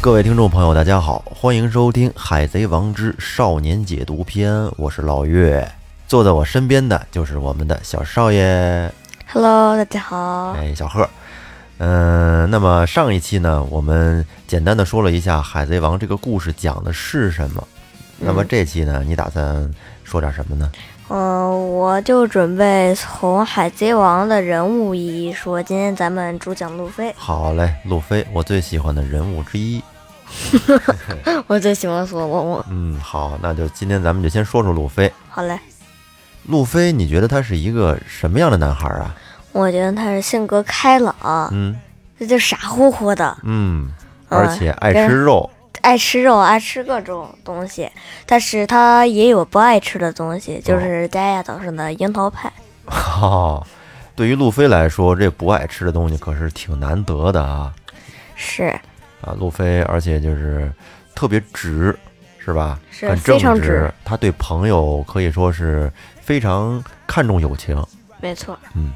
各位听众朋友，大家好，欢迎收听《海贼王之少年解读篇》，我是老岳，坐在我身边的就是我们的小少爷， Hello，大家好。哎，小贺。嗯、那么上一期呢，我们简单的说了一下《海贼王》这个故事讲的是什么。那么这期呢，你打算说点什么呢？嗯、我就准备从《海贼王》的人物一一说。今天咱们主讲路飞，好嘞，路飞，我最喜欢的人物之一。 我最喜欢索隆了。嗯，好，那就今天咱们就先说说路飞。好嘞，路飞，你觉得他是一个什么样的男孩啊？我觉得他是性格开朗，嗯这就傻乎乎的，嗯，呃而且爱吃肉， 爱吃肉，爱吃各种东西。但是他也有不爱吃的东西，就是加亚岛上的樱桃派。哦，对于路飞来说，这不爱吃的东西可是挺难得的啊是啊！路飞，而且就是特别直，是吧？是很非正常直，直他对朋友可以说是非常看重友情。没错。嗯，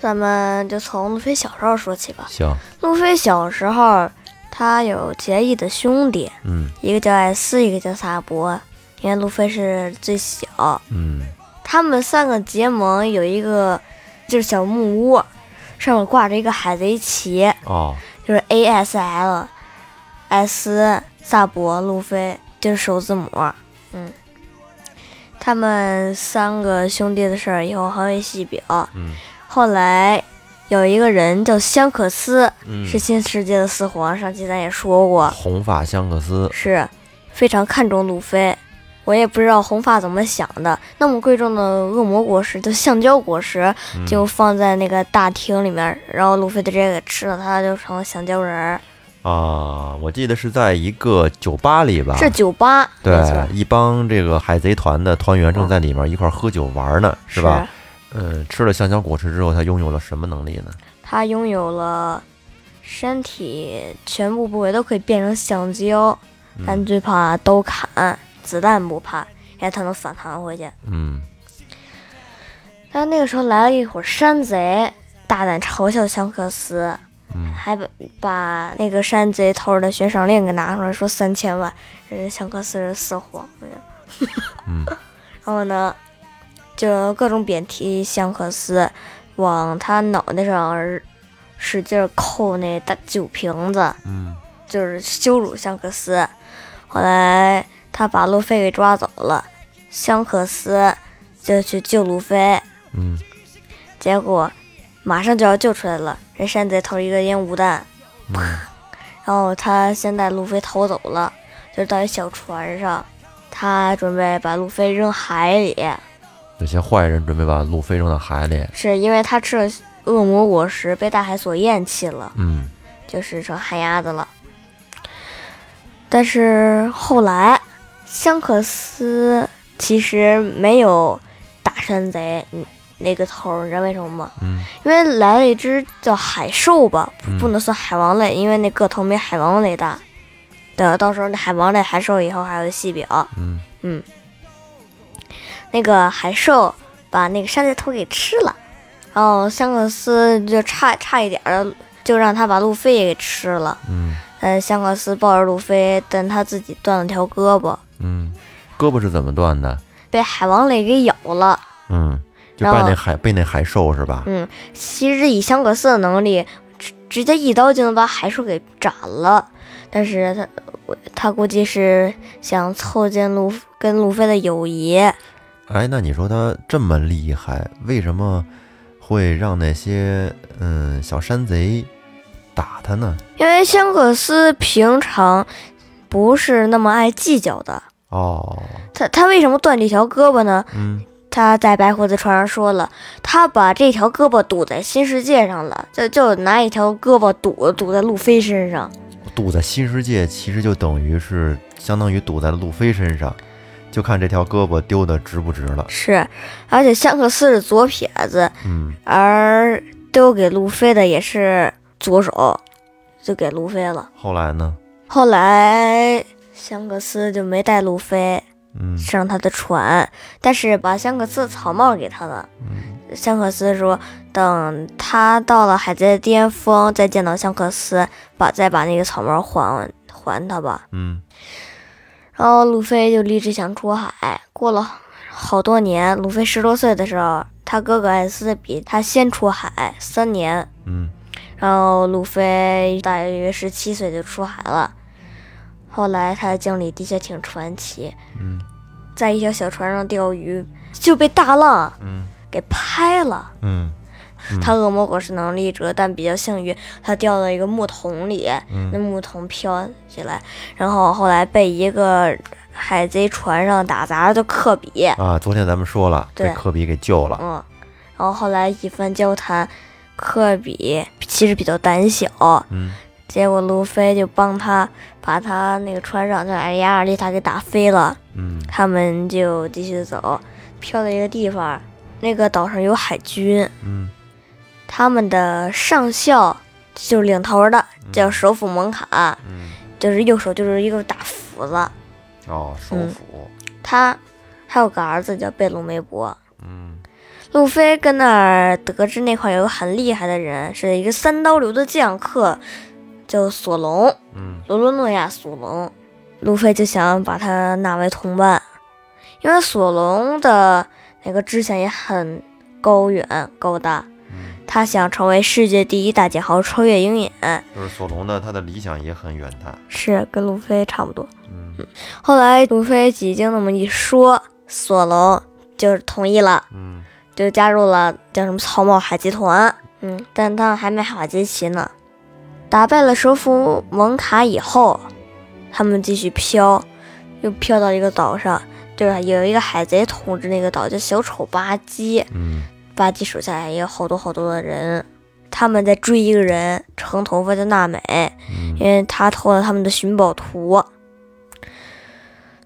咱们就从路飞小时候说起吧。行，路飞小时候，他有结义的兄弟，嗯一个叫艾斯，一个叫萨博，因为路飞是最小。嗯，他们三个结盟，有一个就是小木屋，上面挂着一个海贼旗，哦，就是 A S L，艾斯、萨博、路飞就是首字母。嗯，他们三个兄弟的事儿以后还会细表。嗯后来有一个人叫香克斯，嗯，是新世界的四皇，上期咱也说过。红发香克斯，是非常看重路飞。我也不知道红发怎么想的，那么贵重的恶魔果实，就橡胶果实，嗯就放在那个大厅里面，然后路飞就直接给吃了，他就成了橡胶人儿。啊，我记得是在一个酒吧里吧？这酒吧，没错嗯对，一帮这个海贼团的团员正在里面一块儿喝酒玩呢，是是吧？？嗯，吃了香蕉果实之后，他拥有了什么能力呢？他拥有了身体全部部位都可以变成橡胶，嗯嗯但最怕刀砍，子弹不怕，因为他能反弹回去。嗯，但是那个时候来了一伙山贼，大胆嘲笑香克斯，嗯还把把那个山贼头儿的悬赏令给拿出来，说三千万，人家香克斯是四皇。嗯然后呢，就各种贬低香克斯，往他脑袋上使劲儿扣那大酒瓶子，嗯就是羞辱香克斯。后来他把路飞给抓走了，香克斯就去救路飞。嗯，结果马上就要救出来了，人山贼头一个烟雾弹，啪、嗯然后他先带路飞逃走了，就到一小船上，他准备把路飞扔海里，有些坏人准备把路飞扔到海里。是因为他吃了恶魔果实被大海所厌弃了，嗯就是成旱鸭子了。但是后来，香克斯其实没有打山贼嗯那个头儿，你知道为什么吗？嗯因为来了一只叫海兽吧，不嗯不能算海王类，因为那个头没海王类大。等到时候那海王类海兽以后还有细表，嗯那个海兽把那个山贼头给吃了，然后香克斯就差差一点儿的就让他把路飞也给吃了。嗯嗯，香克斯抱着路飞，但他自己断了条胳膊，嗯，胳膊是怎么断的？被海王类给咬了。嗯，就然被后那海被那海兽是吧？嗯，其实以香克斯的能力，直直接一刀就能把海兽给斩了。但是他我他估计是想凑近路跟路飞的友谊，哎，那你说他这么厉害，为什么会让那些嗯小山贼打他呢？因为香克斯平常不是那么爱计较的。哦，他他为什么断这条胳膊呢？嗯他在白胡子船上说了，他把这条胳膊堵在新世界上了，就就拿一条胳膊堵堵在路飞身上。堵在新世界，其实就等于是相当于堵在了路飞身上，就看这条胳膊丢的直不直了。是，而且香克斯是左撇子，嗯而丢给路飞的也是左手，就给路飞了。，后来呢？后来香克斯就没带路飞嗯上他的船，但是把香克斯的草帽给他了。嗯香克斯说，等他到了海贼的巅峰，再见到香克斯，把再把那个草帽还还他吧。嗯然后路飞就立志想出海。过了好多年，路飞十多岁的时候，他哥哥艾斯比他先出海三年，嗯然后路飞大约十七岁就出海了。后来他的经历的确挺传奇，嗯在一条小船上钓鱼就被大浪嗯给拍了。嗯他恶魔果是能力者，但比较幸运，他掉到一个木桶里，那嗯木桶飘起来，然后后来被一个海贼船上打砸就克比，啊！昨天咱们说了，对被科比给救了。嗯，然后后来一番交谈，克比其实比较胆小，嗯结果路飞就帮他把他那个船长叫艾亚尔丽塔给打飞了，嗯他们就继续走，飘到一个地方，那个岛上有海军，嗯他们的上校就是领头的，叫首府蒙卡，嗯，就是右手就是一个大斧子。哦，首嗯府。他还有个儿子叫贝鲁梅博。嗯路飞跟那儿得知那块有个很厉害的人，是一个三刀流的剑客，叫索隆，嗯罗罗诺亚索隆。路飞就想把他纳为同伴，因为索隆的那个志向也很高远高大，嗯，他想成为世界第一大剑豪，超越鹰眼，就是索隆呢，他的理想也很远大。是跟路飞差不多。嗯后来路飞几经那么一说，索隆就是同意了。嗯就加入了叫什么草帽海集团。嗯，但他还没海贼旗呢。打败了蛇夫蒙卡以后，他们继续飘，又飘到一个岛上，就是有一个海贼统治那个岛，叫小丑巴基。嗯巴基手下也有好多好多的人，他们在追一个人，长头发叫娜美，嗯因为他偷了他们的寻宝图。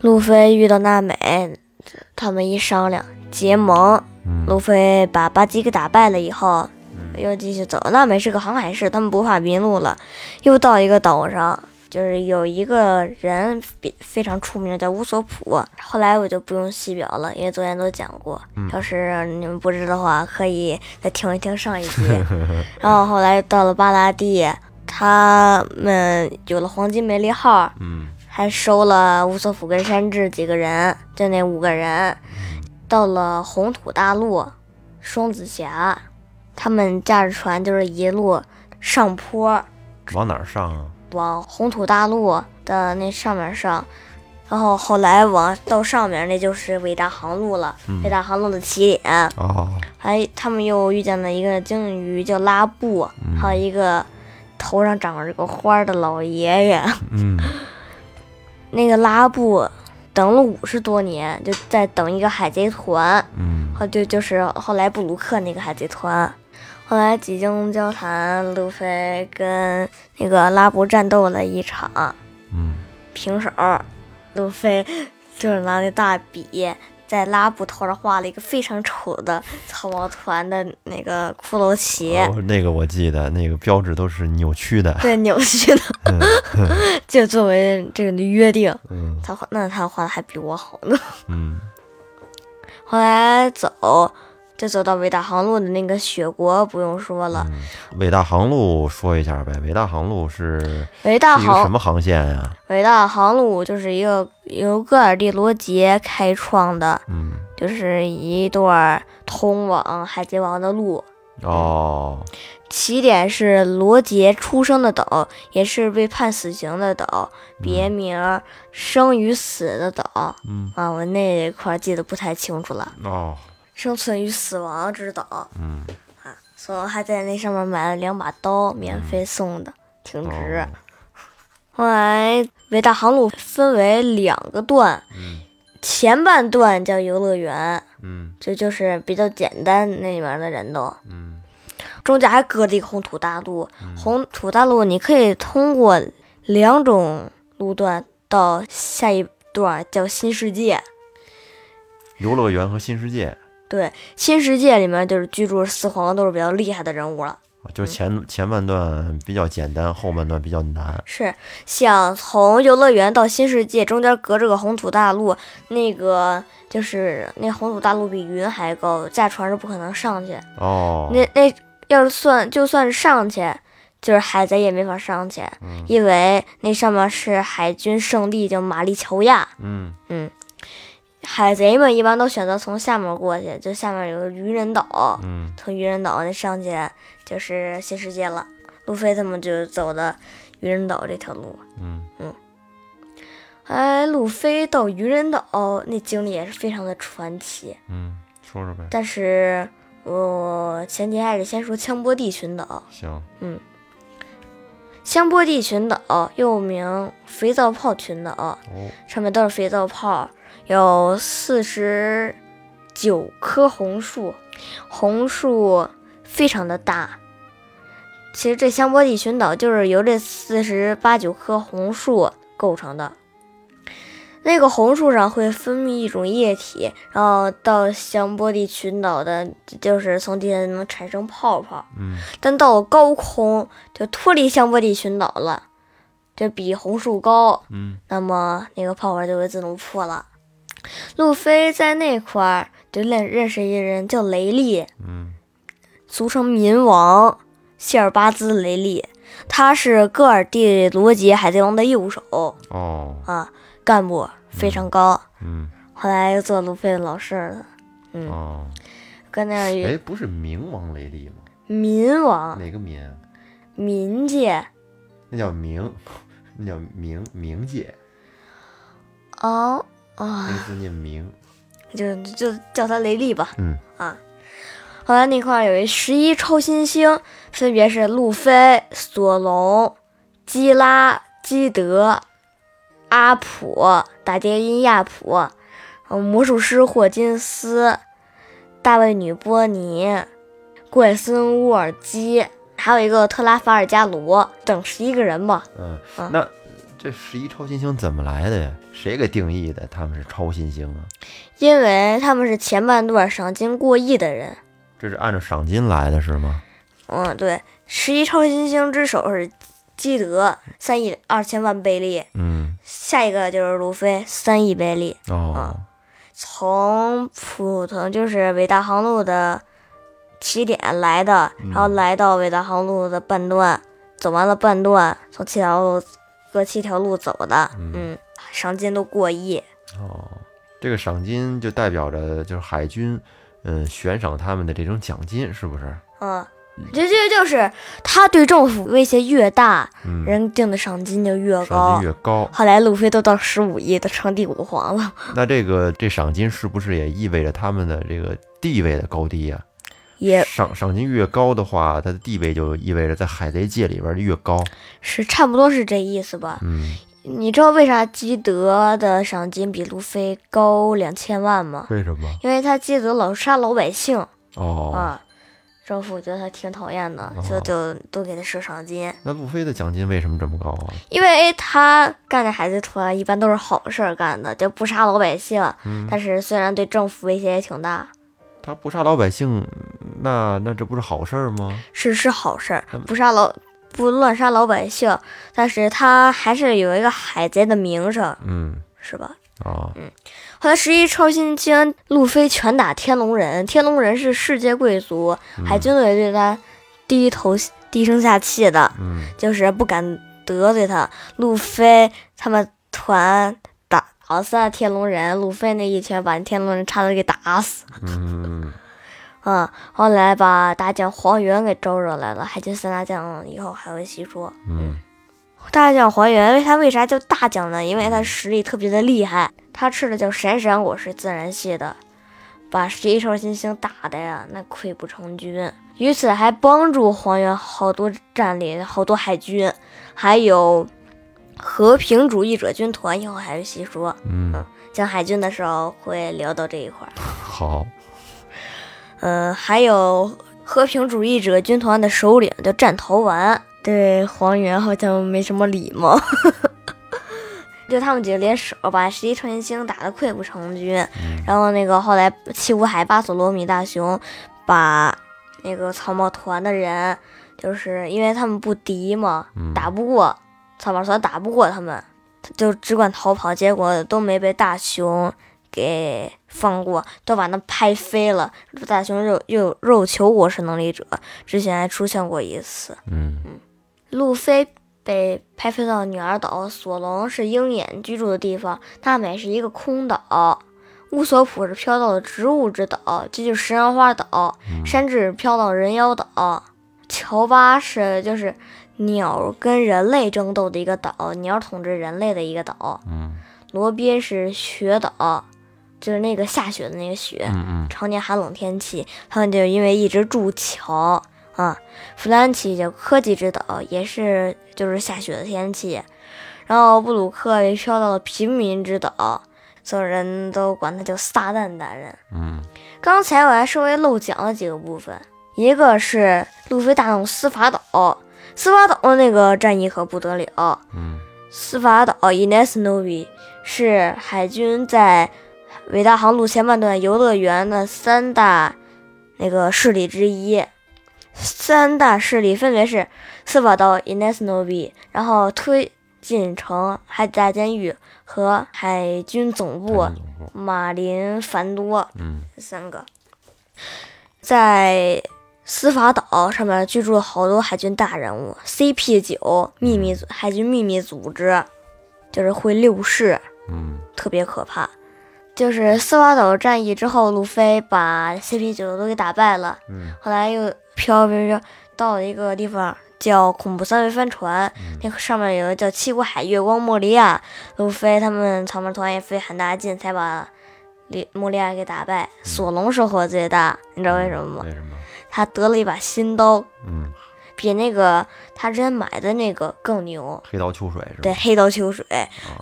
路飞遇到娜美，他们一商量结盟，路嗯飞把巴基给打败了以后，又继续走。娜美是个航海士，他们不怕迷路了，又到一个岛上，就是有一个人比非常出名，叫乌索普。后来我就不用细表了，因为昨天都讲过。要是你们不知道的话，可以再听一听上一集。然后后来到了巴拉地，他们有了黄金梅利号，嗯还收了乌索普跟山治几个人，就那五个人，到了红土大陆，双子峡，他们驾着船就是一路上坡往哪儿上啊？往红土大陆的那上面上，然后后来往到上面那就是伟大航路了，伟大航路的起点，哦，还他们又遇见了一个鲸鱼叫拉布，还有一个头上长着个花儿的老爷爷。嗯那个拉布等了五十多年，就在等一个海贼团，嗯后就就是后来布鲁克那个海贼团。后来几经交谈，路飞跟那个拉布战斗了一场，嗯平手。路飞就是拿那大笔在拉布头上画了一个非常丑的草帽团的那个骷髅旗。哦，那个我记得，那个标志都是扭曲的。对，扭曲的， 就作为这个约定，嗯他画那他画的还比我好呢。嗯后来走，就走到伟大航路的那个雪国，不用说了。嗯，伟大航路说一下呗。伟大航路是是伟大一个什航么航线呀？伟大航路就是一个由戈尔蒂罗杰开创的，嗯就是一段通往海贼王的路。哦起点是罗杰出生的岛，也是被判死刑的岛，别名儿生与死的岛。嗯啊，我那一块儿记得不太清楚了。哦生存与死亡之啊岛，嗯索隆还在那上面买了两把刀，免费送的，挺值。嗯哦后来伟大航路分为两个段，嗯前半段叫游乐园，嗯这就是比较简单那里面的人都，嗯中间还隔着一个红土大陆。红土大陆你可以通过两种路段到下一段叫新世界。游乐园和新世界，对，新世界里面就是居住四皇都是比较厉害的人物了。就是嗯前前半段比较简单，后半段比较难。是想从游乐园到新世界，中间隔着个红土大陆，那个就是那红土大陆比云还高，驾船是不可能上去。哦，那那要是算就算是上去，就是海贼也没法上去，因为那上面是海军圣地，叫马利乔亚。嗯嗯，海贼们一般都选择从下面过去，就下面有个愚人岛，嗯从愚人岛那上去就是新世界了。路飞他们就走的愚人岛这条路。嗯哎，路飞到愚人岛那经历也是非常的传奇。嗯，说说呗。但是我前提还是先说枪波地群岛。行，香波地群岛又名肥皂泡群岛，哦，上面都是肥皂泡，有四十九棵红树，红树非常的大。其实这香波地群岛就是由这四十八九棵红树构成的。那个红树上会分泌一种液体，然后到香波地群岛的，就是从地下能产生泡泡。嗯但到了高空就脱离香波地群岛了，就比红树高，嗯那么那个泡泡就会自动破了。路飞在那块儿就认认识一人叫雷利，嗯俗称民王谢尔巴兹·雷利，他是戈尔蒂罗杰海贼王的右手哦，啊，干部非常高，嗯后来又做路飞的老师了，嗯哦，跟那样一哎，不是冥王雷利吗？民王哪个冥啊？民界那叫冥， 那叫冥冥界，哦啊。那个字念冥。就就叫他雷利吧。嗯啊，后来那块儿有一十一超新星，分别是路飞、索隆、基拉、基德、阿普、打蝶音亚普、嗯魔术师霍金斯、大卫女波尼、怪森乌尔基，还有一个特拉法尔加罗等十一个人吧。嗯啊，那这十一超新星怎么来的呀？谁给定义的？他们是超新星啊？因为他们是前半段赏金过亿的人，这是按照赏金来的是吗？嗯，对，十一超新星之首是基德，三亿二千万贝利，嗯下一个就是路飞，三亿贝利。哦啊从普通就是伟大航路的起点来的，然嗯后来到伟大航路的半段，走完了半段，从七条路各七条路走的，嗯，赏金都过亿，哦，这个赏金就代表着就是海军，嗯，悬赏他们的这种奖金是不是？嗯。这这就是他对政府威胁越大，嗯，人哦定的赏金就越赏高金。越高，后来路飞都到十五亿，都成第五皇了。那这个这赏金是不是也意味着他们的这个地位的高低呀、也赏赏金越高的话，他的地位就意味着在海贼界里边越高。是差不多是这意思吧？嗯，你知道为啥基德的赏金比路飞高两千万吗？为什么？因为他基德老杀老百姓、哦，啊，政府觉得他挺讨厌的哦，就就都给他设赏金。那路飞的奖金为什么这么高啊？因为他干的海贼团一般都是好事儿干的，就不杀老百姓，嗯但是虽然对政府威胁也挺大，他不杀老百姓，那那这不是好事儿吗？是是好事儿嗯，不杀老不乱杀老百姓，但是他还是有一个海贼的名声，嗯，是吧？啊、后来十一超新星路飞拳打天龙人，天龙人是世界贵族，海嗯军队对他低头低声下气的，嗯，就是不敢得罪他。路飞他们团打打死了天龙人，路飞那一拳把天龙人差点给打死。嗯，嗯，后来把大将黄猿给招惹来了，海军三大将以后还会细说。嗯，大将黄猿，为他为啥叫大将呢？因为他实力特别的厉害，他吃的叫闪闪果是自然系的，把十一超新星打的呀，那溃不成军。于此还帮助黄猿好多占领好多海军，还有和平主义者军团，以后还有细说。嗯，讲海军的时候会聊到这一块儿。好，嗯，还有和平主义者军团的首领叫战陶丸，对黄猿好像没什么礼貌。 就他们几个联手把十一超新星打得溃不成军，嗯然后那个后来七武海巴索罗米大雄把那个草帽团的人，就是因为他们不敌嘛，嗯，打不过草帽团打不过他们，他就只管逃跑，结果都没被大熊给放过，都把他拍飞了。大熊又又肉球我是能力者，之前还出现过一次。嗯，路飞被派配到女儿岛，索隆是鹰眼居住的地方，大美是一个空岛，乌索普是飘到了植物之岛，这就是食人花岛，山治飘到人妖岛，乔巴是就是鸟跟人类争斗的一个岛，鸟统治人类的一个岛，嗯罗宾是雪岛，就是那个下雪的那个雪，嗯嗯常年寒冷天气，他们就因为一直筑桥啊。弗兰奇叫科技之岛，也是就是下雪的天气。然后布鲁克也飘到了平民之岛，所有人都管他叫撒旦大人。嗯刚才我还稍微漏讲了几个部分，一个是路飞大弄司法岛，司法岛那个战役可不得了，嗯司法岛 Ines Novi 是海军在伟大航路前半段游乐园的三大那个势力之一。三大势力分别是司法岛 Ines Novi，然后推进城海底大监狱和海军总部嗯总部马林凡多。嗯三个，在司法岛上面居住了好多海军大人物，CP 九秘密组海军秘密组织，就是会六式，嗯特别可怕。就是司法岛战役之后，路飞把 CP 九都给打败了，嗯后来又飘飘飘到了一个地方叫恐怖三维帆船，那个上面有个叫七国海月光莫利亚，路飞他们草莓团也费很大劲才把里莫利亚给打败。索隆收获最大，你知道为什么吗？为什么？他得了一把新刀，嗯，比那个他之前买的那个更牛。黑刀秋水是吧？啊对，黑刀秋水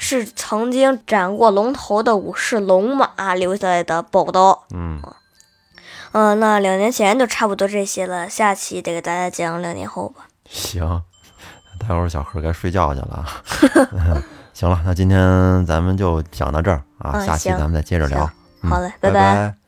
是曾经斩过龙头的武士龙马留下来的宝刀。嗯嗯、那两年前就差不多这些了，下期得给大家讲两年后吧。行，待会儿小贺该睡觉去了啊。 行了，那今天咱们就讲到这儿啊，嗯下期行咱们再接着聊行。嗯好嘞拜拜拜